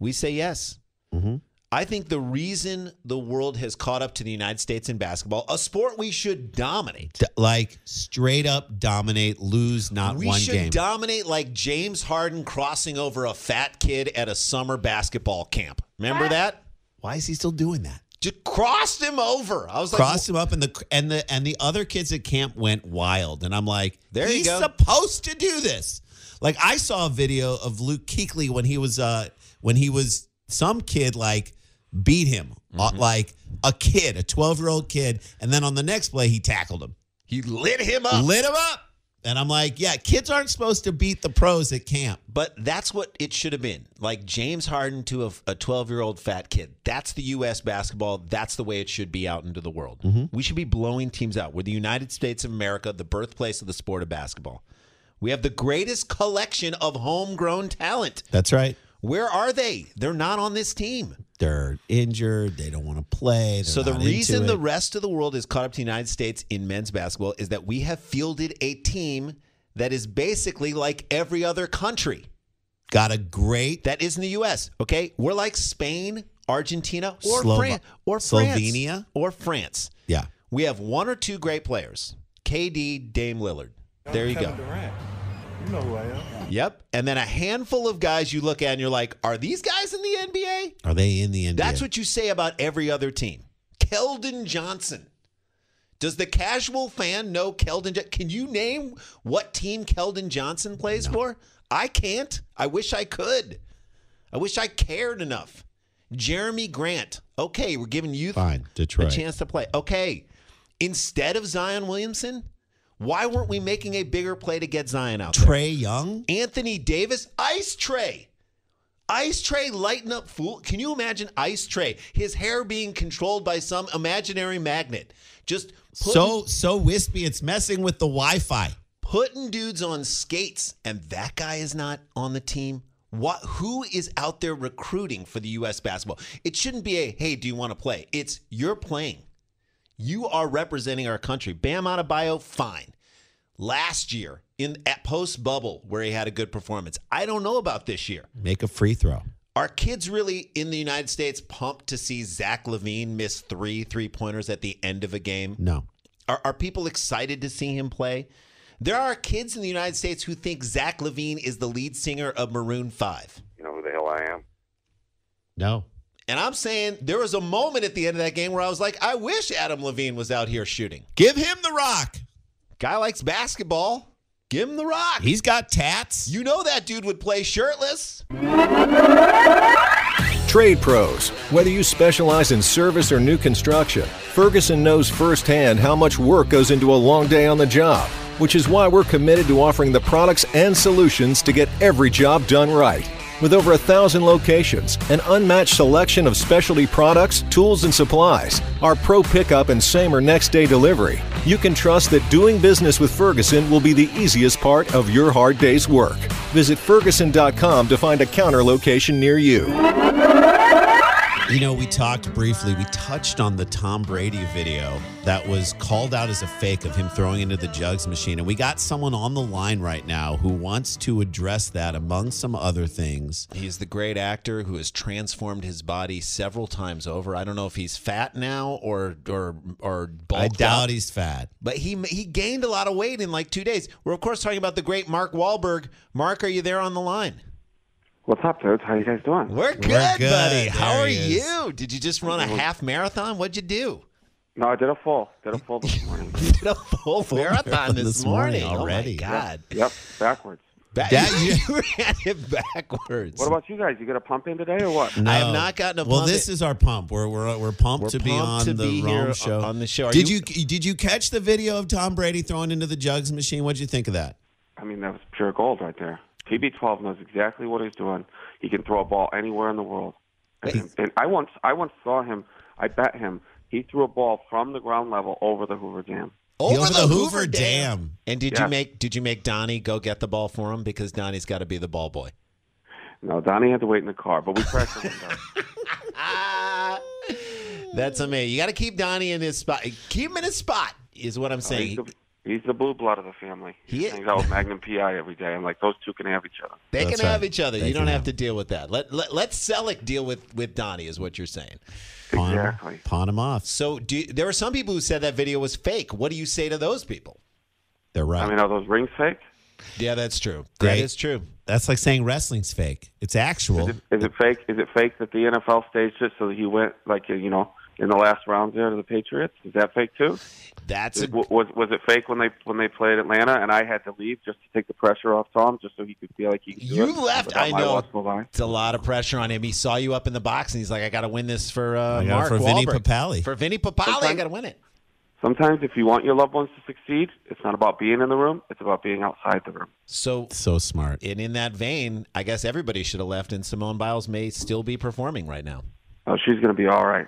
We say yes. Mhm. I think the reason the world has caught up to the United States in basketball, a sport we should dominate. D- like straight up dominate, lose not we one should game. dominate like James Harden crossing over a fat kid at a summer basketball camp. Remember that? Why is he still doing that? Just crossed him over. I was Crossed him up, and the and the and the other kids at camp went wild. And I'm like, There you he's go. supposed to do this. Like I saw a video of Luke Kuechly when he was uh when he was some kid like beat him uh, like a kid, a 12 year old kid, and then on the next play he tackled him, like, he lit him up. lit him up. And I'm like, yeah, kids aren't supposed to beat the pros at camp. But that's what it should have been. Like James Harden to a- a 12 year old fat kid. That's the U.S. basketball. That's the way it should be out into the world. Mm-hmm. We should be blowing teams out. We're the United States of America, the birthplace of the sport of basketball. We have the greatest collection of homegrown talent. That's right. Where are they? They're not on this team. They're injured. They don't want to play. they're So the not into reason the it. rest of the world is caught up to the United States in men's basketball is that we have fielded a team that is basically like every other country. got a great that is in the U.S. Okay, we're like Spain, Argentina, or Slova- France, or France, Slovenia? or France. yeah. We have one or two great players: KD, Dame Lillard. There you go. You know who I am. Yep. And then a handful of guys you look at and you're like, are these guys in the NBA? Are they in the NBA? That's what you say about every other team. Keldon Johnson. Does the casual fan know Keldon? Jo- Can you name what team Keldon Johnson plays for? I can't. I wish I could. I wish I cared enough. Jeremy Grant. Okay, we're giving youth Fine, a Detroit. chance to play. Okay, instead of Zion Williamson, why weren't we making a bigger play to get Zion out? there? Trey Young. Anthony Davis, Ice Tray. Ice Tray lighten up fool. Can you imagine Ice Tray? His hair being controlled by some imaginary magnet. Just putting, So so wispy. It's messing with the Wi-Fi. putting dudes on skates and that guy is not on the team. What who is out there recruiting for the US basketball? It shouldn't be a hey, do you want to play? It's you're playing. You are representing our country. Bam Adebayo, fine. Last year in at post bubble where he had a good performance. I don't know about this year. Make a free throw. Are kids really in the United States pumped to see Zach Levine miss three three pointers at the end of a game? No. Are, are people excited to see him play? There are kids in the United States who think Zach Levine is the lead singer of Maroon 5. You know who the hell I am? No. And I'm saying there was a moment at the end of that game where I was like, I wish Adam Levine was out here shooting. Give him the rock. Guy likes basketball. Give him the rock. He's got tats. you know that dude would play shirtless. Trade pros. Whether you specialize in service or new construction, Ferguson knows firsthand how much work goes into a long day on the job, which is why we're committed to offering the products and solutions to get every job done right. With over a thousand locations, an unmatched selection of specialty products, tools, and supplies, our pro pickup and same or next day delivery, you can trust that doing business with Ferguson will be the easiest part of your hard day's work. Visit Ferguson.com to find a counter location near you. You know, we talked briefly. We touched on the Tom Brady video that was called out as a fake of him throwing into the jugs machine. And we got someone on the line right now who wants to address that among some other things. He's the great actor who has transformed his body several times over. I don't know if he's fat now or or or bulked I doubt up, he's fat. but he he gained a lot of weight in like two days. We're of course talking about the great Mark Wahlberg. Mark, are you there on the line? What's up, dudes? How you guys doing? We're good, good. buddy. How There are he is. you? Did you just run a half marathon? What'd you do? No, I did a full. Did a full this morning. Did a full marathon this, this morning, morning already. Oh my God, yep, backwards. Ba- That- you ran it backwards. What about you guys? You got a pump in today or what? No. I have not gotten a Well, pump this yet. is our pump. We're we're, we're pumped We're to be pumped on to the be Rome here show. on the show. Are Did you- you, did you catch the video of Tom Brady throwing into the jugs machine? What'd you think of that? I mean, that was pure gold right there. TB12 knows exactly what he's doing. He can throw a ball anywhere in the world. And, and I once, I once saw him. I bet him he threw a ball from the ground level over the Hoover Dam. over, Over the, the Hoover, Hoover Dam. Dam. And did Yeah. you make did you make Donnie go get the ball for him because Donnie's got to be the ball boy? No, Donnie had to wait in the car, but we cracked the window. Ah, that's amazing. You got to keep Donnie in his spot. Keep him in his spot is what I'm Oh, He's saying. the- He's the blue blood of the family. He just is. hangs out with Magnum PI every day. I'm like, those two can have each other. They That's can have right. each other. They you don't can have have- to deal with that. Let let let Selleck deal with with Donnie is what you're saying. Pawn, Exactly. pawn them off. So do there were some people who said that video was fake. What do you say to those people? They're right. I mean, are those rings fake? Yeah, that's true. Great. That is true. That's like saying wrestling's fake. It's actual. Is it fake? Is it fake that the NFL staged it so that he went like you know in the last round there to the Patriots? Is that fake too? That's a, W- was was it fake when they when they played Atlanta and I had to leave just to take the pressure off Tom just so he could feel like he could do You it left, without I my know. watchful eye? it's a lot of pressure on him. He saw you up in the box and he's like, I got to win this for uh, I got it Mark for Vinny Wahlberg. Papale. For Vinny Papale, I got to win it. Sometimes if you want your loved ones to succeed, it's not about being in the room; it's about being outside the room. So So smart. and in that vein, I guess everybody should have left, and Simone Biles may still be performing right now. Oh, she's gonna be all right.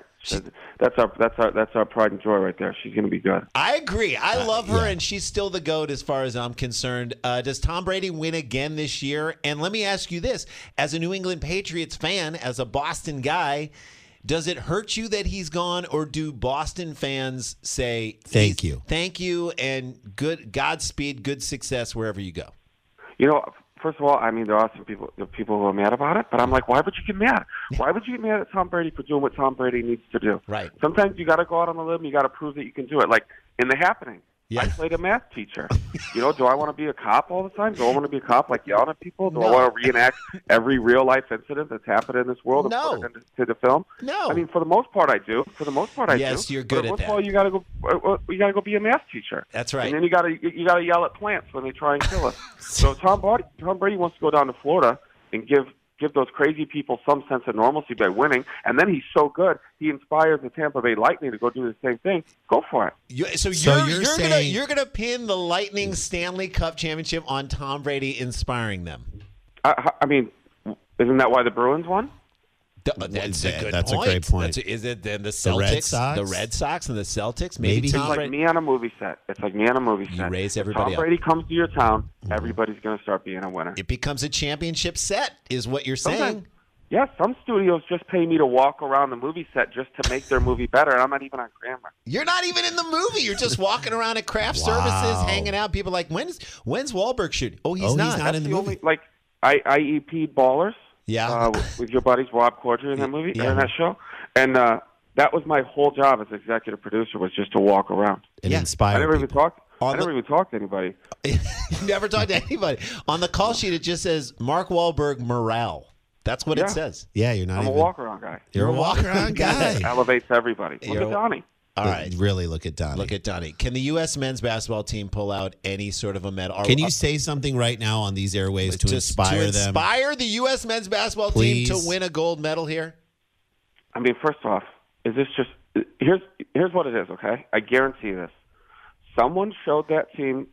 that's our that's our that's our pride and joy right there. She's gonna be good. I agree. I love her, and she's still the goat as far as I'm concerned. Uh, does Tom Brady win again this year? And let me ask you this: as a New England Patriots fan, as a Boston guy, does it hurt you that he's gone, or do Boston fans say Thank "He's- you." thank you, and good Godspeed, good success wherever you go? You know, first of all, I mean, there are some people there are people who are mad about it, but I'm like, why would you get mad? Why would you get mad at Tom Brady for doing what Tom Brady needs to do? Right. Sometimes you got to go out on a limb. You got to prove that you can do it. Like in the happening. Yeah. I played a math teacher. You know, do I want to be a cop all the time? Do I want to be a cop like yelling at people? Do I want to reenact every real life incident that's happened in this world No. and put it into to the film? No. I mean, for the most part, I do. For the most part, I Yes, do. you're good But at most that. of all, you got to go. uh, uh, You got to go be a math teacher. That's right. And then you got to you got to yell at plants when they try and kill us. so Tom Brady, Tom Brady wants to go down to Florida and give give those crazy people some sense of normalcy by winning. And then he's so good, he inspires the Tampa Bay Lightning to go do the same thing. Go for it. You, so, So you're, you're, you're gonna saying- you're gonna pin the Lightning Stanley Cup championship on Tom Brady inspiring them. I, I mean, isn't that why the Bruins won? Th- That's a that- good uh, that's a point. great point. That's is it then the The Celtics, Red Sox? the Red Sox and the Celtics? Maybe, Maybe Tom It's like Brady. me on a movie set. It's like me on a movie You set. raise If everybody up. Tom Mm-hmm. Brady comes to your town, everybody's going to start being a winner. It becomes a championship set, is what you're saying. Sometimes- Yeah, some studios just pay me to walk around the movie set just to make their movie better, and I'm not even on camera. You're not even in the movie. You're just walking around at craft Wow. services, hanging out. People are like, when's when's Wahlberg shooting? Oh, he's Oh, he's not. not in the movie. Like I IEP Ballers. Yeah. Uh, with- with your buddies Rob Corddry in that movie Yeah. or in that show, and uh, that was my whole job as executive producer was just to walk around. It Yeah. I inspired never even people. talked. On I the- never even talked to anybody. You Never talked to anybody. On the call sheet, it just says Mark Wahlberg morale. That's what Yeah. it says. Yeah, you're not I'm a even. walk around guy. You're a walk around guy. Elevates everybody. Look You're- at Donnie. All right. Really look at Donnie. Look at Donnie. Can the U.S. men's basketball team pull out any sort of a medal? Can you say something right now on these airways to, uh to inspire to them? inspire the U.S. men's basketball team Please. to win a gold medal here? I mean, first off, is this just here's here's what it is? Okay, I guarantee this. Someone showed that team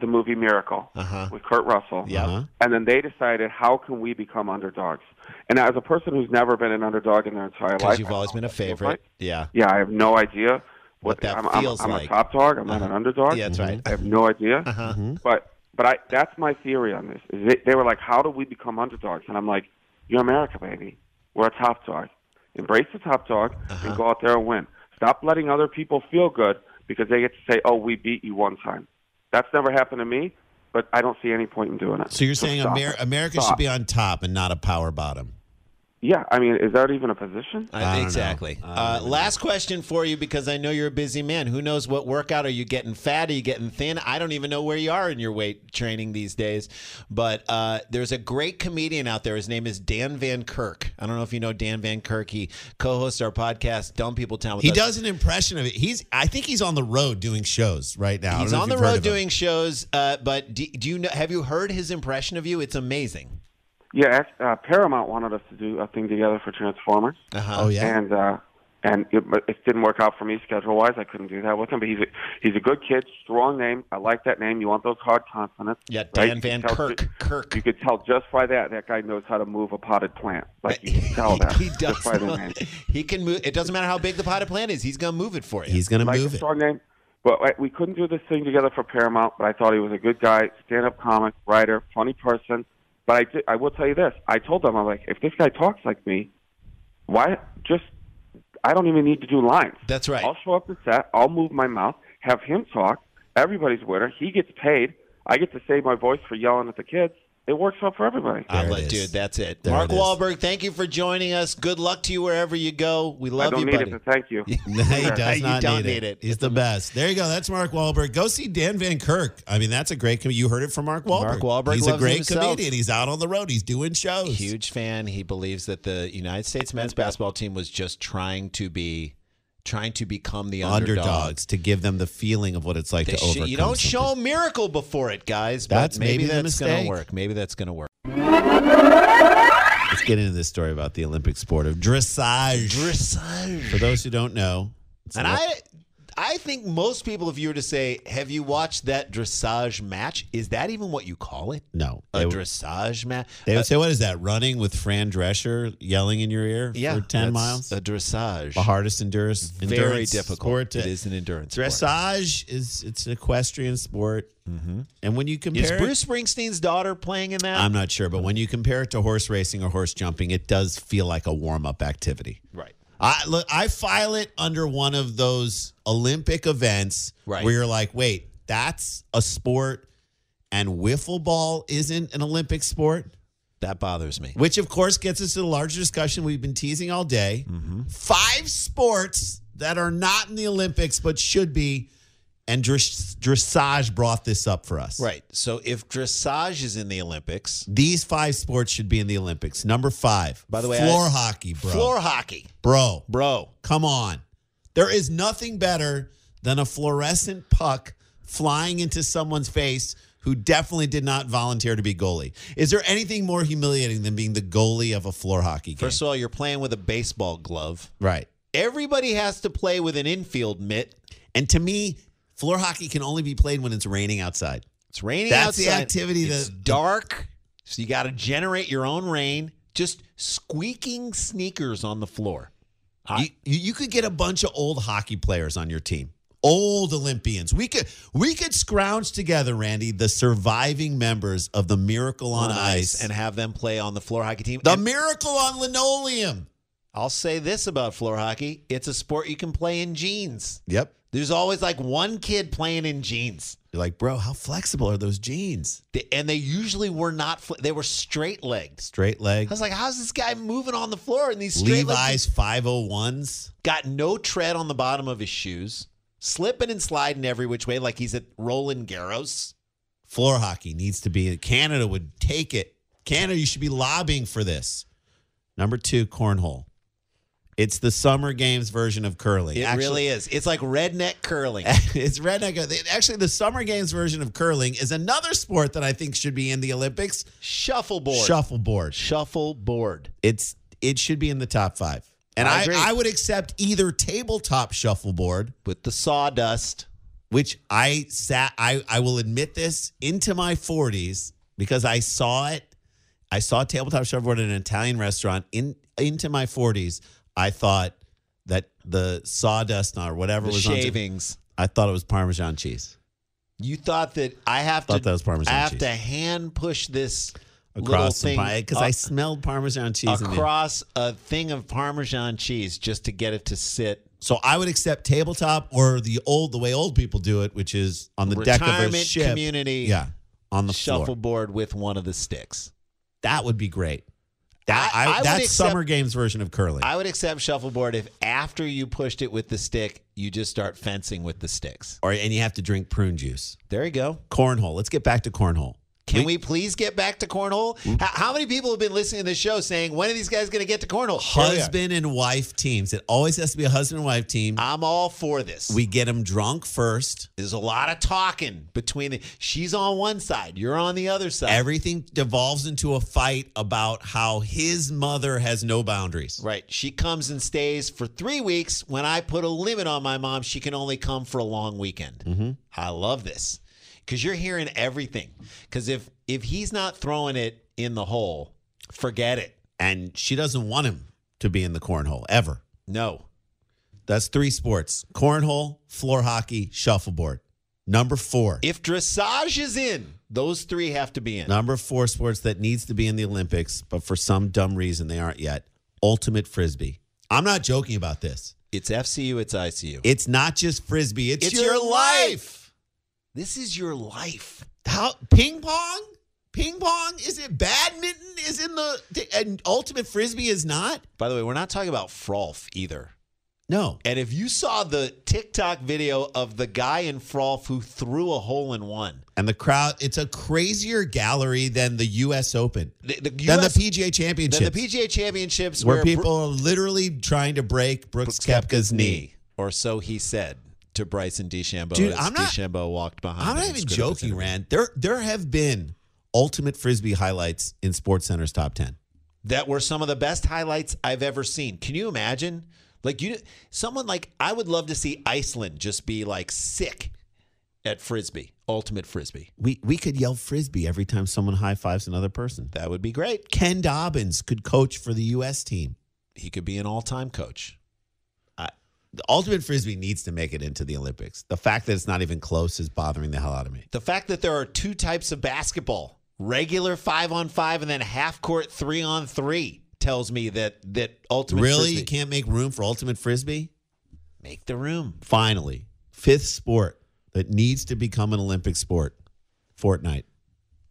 the movie Miracle with Kurt Russell. Uh-huh. Yeah. Uh-huh. and then they decided how can we become underdogs and as a person who's never been an underdog in their entire life Because you've I always don't been know a what that feels favorite. like. Yeah. yeah i have no idea What that I'm, feels I'm, I'm like. Uh-huh. a top dog i'm not an underdog Mm-hmm. Yeah, that's right. Uh-huh. Mm-hmm. i have no idea Mm-hmm. but but i that's my theory on this is they, they were like how do we become underdogs and i'm like you're america baby we're a top dog embrace the top dog Uh-huh. and go out there and win stop letting other people feel good because they get to say oh we beat you one time that's never happened to me but i don't see any point in doing it So you're saying stop Amer- it. America Stop. should be on top and not a power bottom. Yeah, I mean, is that even a position? I- exactly. Uh, last question for you because I know you're a busy man. Who knows what workout? Are you getting fat? Are you getting thin? I don't even know where you are in your weight training these days. But uh, there's a great comedian out there. His name is Dan Van Kirk. I don't know if you know Dan Van Kirk. He co hosts our podcast, Dumb People Town. With He us. does an impression of it. He's I think he's on the road doing shows right now. I don't He's know if on the you've heard road of him. doing shows, uh, but do, do you know? Have you heard his impression of you? It's amazing. Yeah, act- uh, Paramount wanted us to do a thing together for Transformers, Uh-huh. Oh yeah. and uh, and it, but it didn't work out for me schedule wise. I couldn't do that with him, but he's a, he's a good kid, strong name. I like that name. You want those hard consonants? Yeah, right? Dan You Van could tell Kirk. ju- Kirk. You could tell just by that that guy knows how to move a potted plant. Like you can tell he, that. he just does. by the know- name. He can move. It doesn't matter how big the potted plant is. He's gonna move it for you. He's gonna like move a it. strong name. But like, we couldn't do this thing together for Paramount. But I thought he was a good guy, stand-up comic, writer, funny person. But I, did, I will tell you this: I told them, I'm like, if this guy talks like me, why just? I don't even need to do lines. That's right. I'll show up to set. I'll move my mouth, have him talk, Everybody's a winner. He gets paid. I get to save my voice for yelling at the kids. It works out for everybody. I There it love- is. dude, that's it. There Mark it is. Wahlberg, thank you for joining us. Good luck to you wherever you go. We I love don't you, need buddy. it, but thank you. No, he does You not don't need, need it. it. He's the best. There you go. That's Mark Wahlberg. Go see Dan Van Kirk. I mean, that's a great comedian. You heard it from Mark Mark Wahlberg. Wahlberg He's a loves great himself. comedian. He's out on the road. He's doing shows. Huge fan. He believes that the United States men's basketball team was just trying to be, trying to become the underdog. Underdogs to give them the feeling of what it's like They to sh- overcome. you don't something. show a miracle before it, guys. But That's maybe, maybe the that's going mistake. to work. Maybe that's going to work. Let's get into this story about the Olympic sport of dressage. Dressage. For those who don't know, it's And an- I, I think most people, if you were to say, "Have you watched that dressage match?" Is that even what you call it? no, A they, would- dressage uh, match. they would say, "What is that? Running with Fran Drescher, yelling in your ear for that's ten miles? A dressage. the hardest endurance, Very endurance difficult. sport to- it is an endurance. sport. Dressage is it's an equestrian sport, and when you compare, Mm-hmm. Is it- Bruce Springsteen's daughter playing in that? I'm not sure, but when you compare it to horse racing or horse jumping, it does feel like a warm up activity. right. I look, I file it under one of those Olympic events Right. where you're like, wait, that's a sport, and wiffle ball isn't an Olympic sport. That bothers me. Which, of course, gets us to the larger discussion we've been teasing all day. Five sports that are not in the Olympics but should be. And dress- dressage brought this up for us. Right. So if dressage is in the Olympics, These five sports should be in the Olympics. Number five. By the way, floor I- hockey, bro. floor hockey, bro, bro. come on. There is nothing better than a fluorescent puck flying into someone's face who definitely did not volunteer to be goalie. Is there anything more humiliating than being the goalie of a floor hockey game? First of all, you're playing with a baseball glove. right. Everybody has to play with an infield mitt. And to me, floor hockey can only be played when it's raining outside. It's raining That's the outside. activity It's that- dark, so you got to generate your own rain. Just squeaking sneakers on the floor. I- You, you, you could get a bunch of old hockey players on your team. Old Olympians. We could we could scrounge together, Randy, the surviving members of the Miracle on, Ice. and have them play on the floor hockey team. the And Miracle on Linoleum. I'll say this about floor hockey: it's a sport you can play in jeans. Yep. There's always like one kid playing in jeans, You're like, bro, how flexible are those jeans? They- and they usually were not. fl- They were straight legs. Straight I leg. was like, "How's this guy moving on the floor?" And these straight legs Levi's 501s. got no tread on the bottom of his shoes, slipping and sliding every which way, like he's at Roland Garros. Floor hockey needs to be Canada would take it. Canada, you should be lobbying for this. Number two, cornhole. It's the summer games version of curling. It Actually- really is. It's like redneck curling. it's redneck. Actually, the summer games version of curling is another sport that I think should be in the Olympics. Shuffleboard. Shuffleboard. Shuffleboard. It's it should be in the top five. And I I, agree. I, would accept either tabletop shuffleboard, With the sawdust. which I sat I, I will admit this into my forties because I saw it. I saw tabletop shuffleboard at an Italian restaurant in into my forties. I thought that the sawdust or whatever The was on shavings. I thought it was Parmesan cheese. You thought that I have Thought to that was Parmesan I have cheese. to hand push this little across thing because up- I smelled Parmesan cheese. in there. across a thing of Parmesan cheese just to get it to sit. So I would accept tabletop or the old the way old people do it, which is on the deck of a Retirement ship. community Yeah, on the floor. shuffleboard with one of the sticks. That would be great. That I- I, I would that's accept- summer games version of curling. I would accept shuffleboard if after you pushed it with the stick, you just start fencing with the sticks. or and you have to drink prune juice. There you go. Cornhole. Let's get back to cornhole. Can we, please get back to cornhole? How, how many people have been listening to this show saying, when are these guys going to get to cornhole? Here we are. Husband and wife teams. It always has to be a husband and wife team. I'm all for this. we get them drunk first. There's a lot of talking between the. She's on one side, you're on the other side. Everything devolves into a fight about how his mother has no boundaries. right. She comes and stays for three weeks. When I put a limit on my mom, she can only come for a long weekend. Mm-hmm. I love this because you're hearing everything. Because if if he's not throwing it in the hole, forget it. and she doesn't want him to be in the cornhole ever. No. That's three sports: cornhole, floor hockey, shuffleboard. Number four. If dressage is in, those three have to be in. Number four sports that needs to be in the Olympics, but for some dumb reason they aren't yet. Ultimate frisbee. I'm not joking about this. It's FCU, it's ICU. It's not just frisbee. It's, It's your, your life. life. This is your life. How ping pong? Ping pong is it? Badminton is in the and ultimate frisbee is not. By the way, we're not talking about Frolf either. No, And if you saw the TikTok video of the guy in Frolf who threw a hole in one, and the crowd. It's a crazier gallery than the U.S. Open, the, the than the US PGA then Championship, the PGA Championships where where people are literally trying to break Brooks, Brooks Koepka's knee. or so he said to Bryson DeChambeau. Dude, as I'm not- DeChambeau walked behind. I'm him not and even screwed up his joking, interview. Rand. There there have been ultimate frisbee highlights in Sports Center's top ten. That were some of the best highlights I've ever seen. Can you imagine? Like you, someone like I would love to see Iceland just be like sick at frisbee, ultimate frisbee. We we could yell frisbee every time someone high fives another person. That would be great. Ken Dobbins could coach for the U.S. team. He could be an all-time coach. The ultimate frisbee needs to make it into the Olympics. The fact that it's not even close is bothering the hell out of me. The fact that there are two types of basketball, regular 5 on 5 and then half court 3 on 3 tells me that that ultimate really, frisbee you can't make room for ultimate frisbee. make the room. Finally, fifth sport that needs to become an Olympic sport: Fortnite.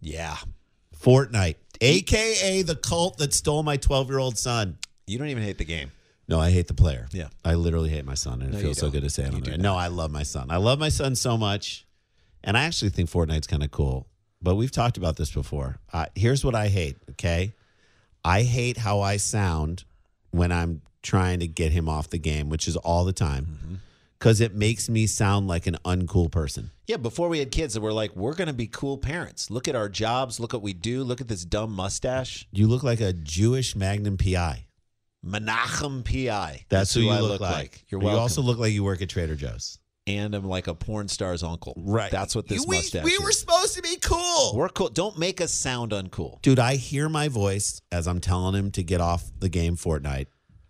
Yeah. E Fortnite, aka the cult that stole my twelve-year-old son. You don't even hate the game. No, I hate the player. Yeah. I literally hate my son, and No, it you feels so don't. good to say it. You On do the- no, I love my son. I love my son so much, and I actually think Fortnite's kind of cool. But we've talked about this before. Uh, here's what I hate. Okay, I hate how I sound when I'm trying to get him off the game, which is all the Mm-hmm. time, because it makes me sound like an uncool person. Yeah, before we had kids, that were like, we're going to be cool parents. Look at our jobs. Look what we do. Look at this dumb mustache. You look like a Jewish Magnum PI. Menachem P.I. That's, who, you I look, like. You're But welcome. You also look like you work at Trader Joe's. and I'm like a porn star's uncle. That's what this we, mustache We is. were supposed to be cool. We're cool. Don't make us sound uncool. Dude, I hear my voice as I'm telling him to get off the game Fortnite.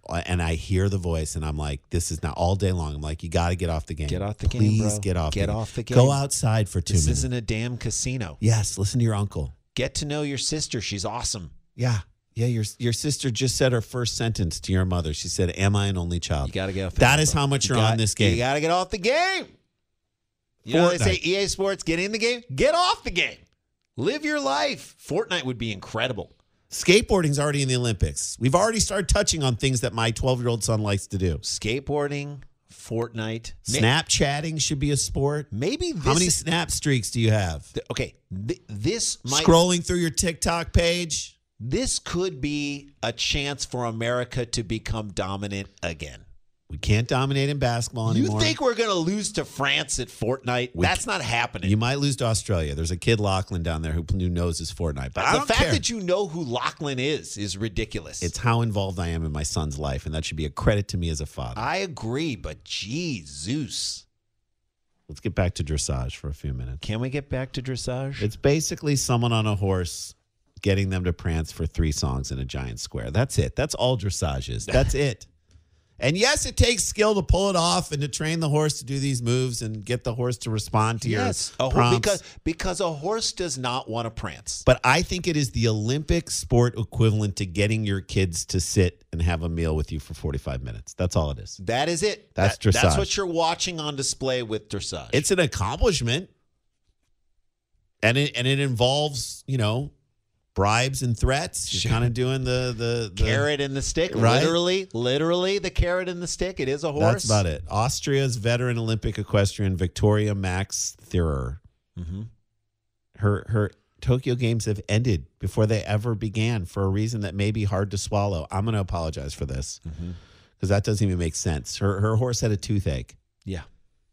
uh, And I hear the voice, and I'm like, "This is not all day long." I'm like, "You got to get off the game. Get off the game, Please bro. get off. Get off the game. Go outside for two This minutes. isn't a damn casino. yes, listen to your uncle. Get to know your sister. She's awesome. Yeah, yeah. Your your sister just said her first sentence to your mother. She said, "Am I an only child?" You got to get off. the That game, is bro. how much You you're on got- this game. You got to get off the game. You know they say Fortnite. EA Sports get in the game, get off the game, live your life. Fortnite would be incredible. Skateboarding's already in the Olympics. We've already started touching on things that my 12 year old son likes to do. Skateboarding, Fortnite, Ma- Snapchatting should be a sport. Maybe this. How many is- snap streaks do you have? th- okay, th- this might. Scrolling through your TikTok page. This could be a chance for America to become dominant again. We can't dominate in basketball anymore. You think we're going to lose to France at Fortnite? We- That's not happening. you might lose to Australia. There's a kid Lachlan down there who, who knows his Fortnite. But I the don't fact care. that you know who Lachlan is is ridiculous. it's how involved I am in my son's life, and that should be a credit to me as a father. I agree, but geez, Zeus. Let's get back to dressage for a few minutes. Can we get back to dressage? It's basically someone on a horse getting them to prance for three songs in a giant square. That's it. That's all dressage is. That's it. And yes, it takes skill to pull it off and to train the horse to do these moves and get the horse to respond to yes, your a, prompts. ho- because because a horse does not want to prance. but I think it is the Olympic sport equivalent to getting your kids to sit and have a meal with you for 45 minutes. That's all it is. That is it. That's That- That's dressage. what you're watching on display with dressage. It's an accomplishment. And it and it involves, you know, bribes and threats. You're Sure. kind of doing the the, the carrot and the stick. Right? Literally, literally the carrot and the stick. It is a horse. That's about it. Austria's veteran Olympic equestrian Victoria Max Thurer. Mm-hmm. Her her Tokyo Games have ended before they ever began for a reason that may be hard to swallow. I'm going to apologize for this because Mm-hmm. that doesn't even make sense. Her her horse had a toothache. Yeah.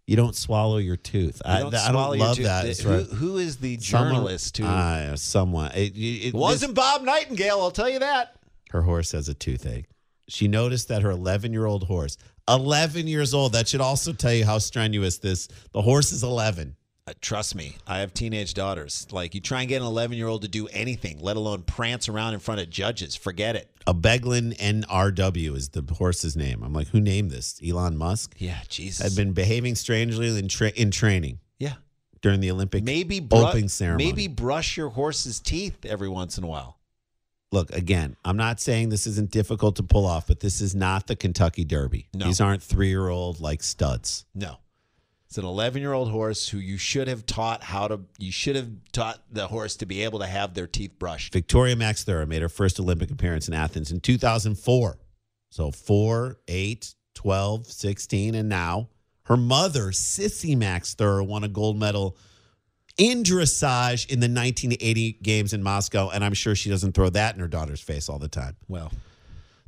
You don't swallow your tooth. You I, don't th- I swallow don't your love tooth. that. Th- It's Who, right. who is the Someone- journalist who Ah, someone. It, it- it- wasn't Bob Nightingale? I'll tell you that. her horse has a toothache. She noticed that her 11 year old horse, 11 years old, that should also tell you how strenuous this. The horse is 11. Uh, trust me, I have teenage daughters. Like you try and get an 11 year old to do anything, let alone prance around in front of judges. Forget it. A Beglin NRW is the horse's name. I'm like, who named this? Elon Musk Yeah, Jesus. had been behaving strangely in, tra- in training yeah. during the Olympic Maybe bru- opening ceremony. Maybe brush your horse's teeth every once in a while. Look, again, I'm not saying this isn't difficult to pull off, but this is not the Kentucky Derby. No. These aren't three year old like studs. No. It's an 11 year old horse who you should have taught how to, you should have taught the horse to be able to have their teeth brushed. Victoria Max Thera made her first Olympic appearance in Athens in 2004. So 4, 8, 12, 16, and now her mother, Sissy Max Thera, won a gold medal in dressage in the 1980 games in Moscow. And I'm sure she doesn't throw that in her daughter's face all the time. Well,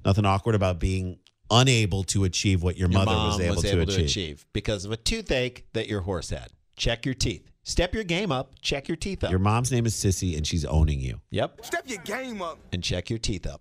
Nothing awkward about being unable to achieve what your, your mother mom was able, to, achieve. because of a toothache that your horse had. Check your teeth. Step your game up. Check your teeth up. Your mom's name is Sissy, and she's owning you. yep. Step your game up. And check your teeth up.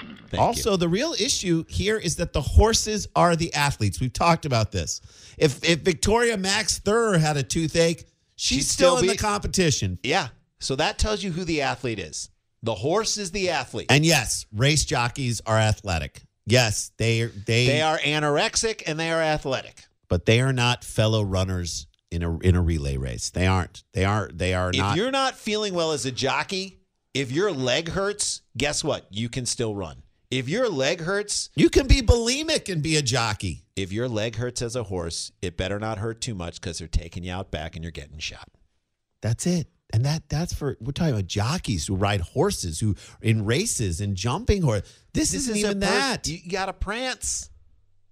Thank you. also, the real issue here is that the horses are the athletes. We've talked about this. If if Victoria Max Thurer had a toothache, she's She'd still, still in be- the competition. yeah. So that tells you who the athlete is. The horse is the athlete. And yes, race jockeys are athletic. Yes, they they, they are anorexic and they are athletic. but they are not fellow runners in a in a relay race. They aren't. They are they are If not. you're not feeling well as a jockey, if your leg hurts, guess what? You can still run. If your leg hurts, You can be bulimic and be a jockey. if your leg hurts as a horse, it better not hurt too much because they're taking you out back and you're getting shot. That's it. And that that's for we're talking about jockeys who ride horses, who in races and jumping horse. This, isn't is a even pers- that. You got to prance.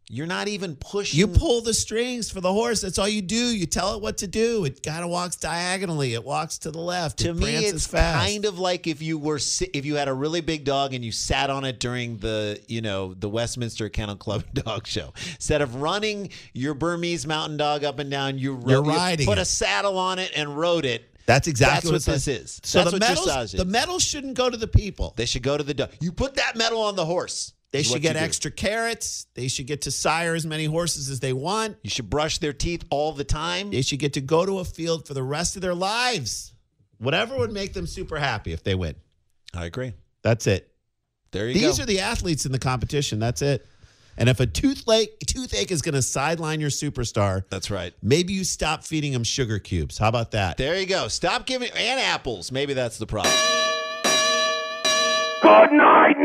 You're not even pushing. You pull the strings for the horse. That's all you do. You tell it what to do. It kind of walks diagonally. It walks to the left. To it me, prances it's fast. kind of like if you were si- if you had a really big dog and you sat on it during the you know the Westminster Kennel Club dog show. Instead of running your Burmese mountain dog up and down, you, ro- You're you riding put it. a saddle on it and rode it. That's exactly That's what, what this is. So That's the what medals, dressage is. the medals shouldn't go to the people. They, They should go to the dog. You put that medal on the horse. is should what get you do. extra carrots. They should get to sire as many horses as they want. You should brush their teeth all the time. They should get to go to a field for the rest of their lives. Whatever would make them super happy if they win. I agree. That's it. There you go. These are the athletes in the competition. That's it. And if a toothache toothache is going to sideline your superstar, That's right. maybe you stop feeding them sugar cubes. How about that? There you go. Stop giving and apples. Maybe that's the problem. Good night.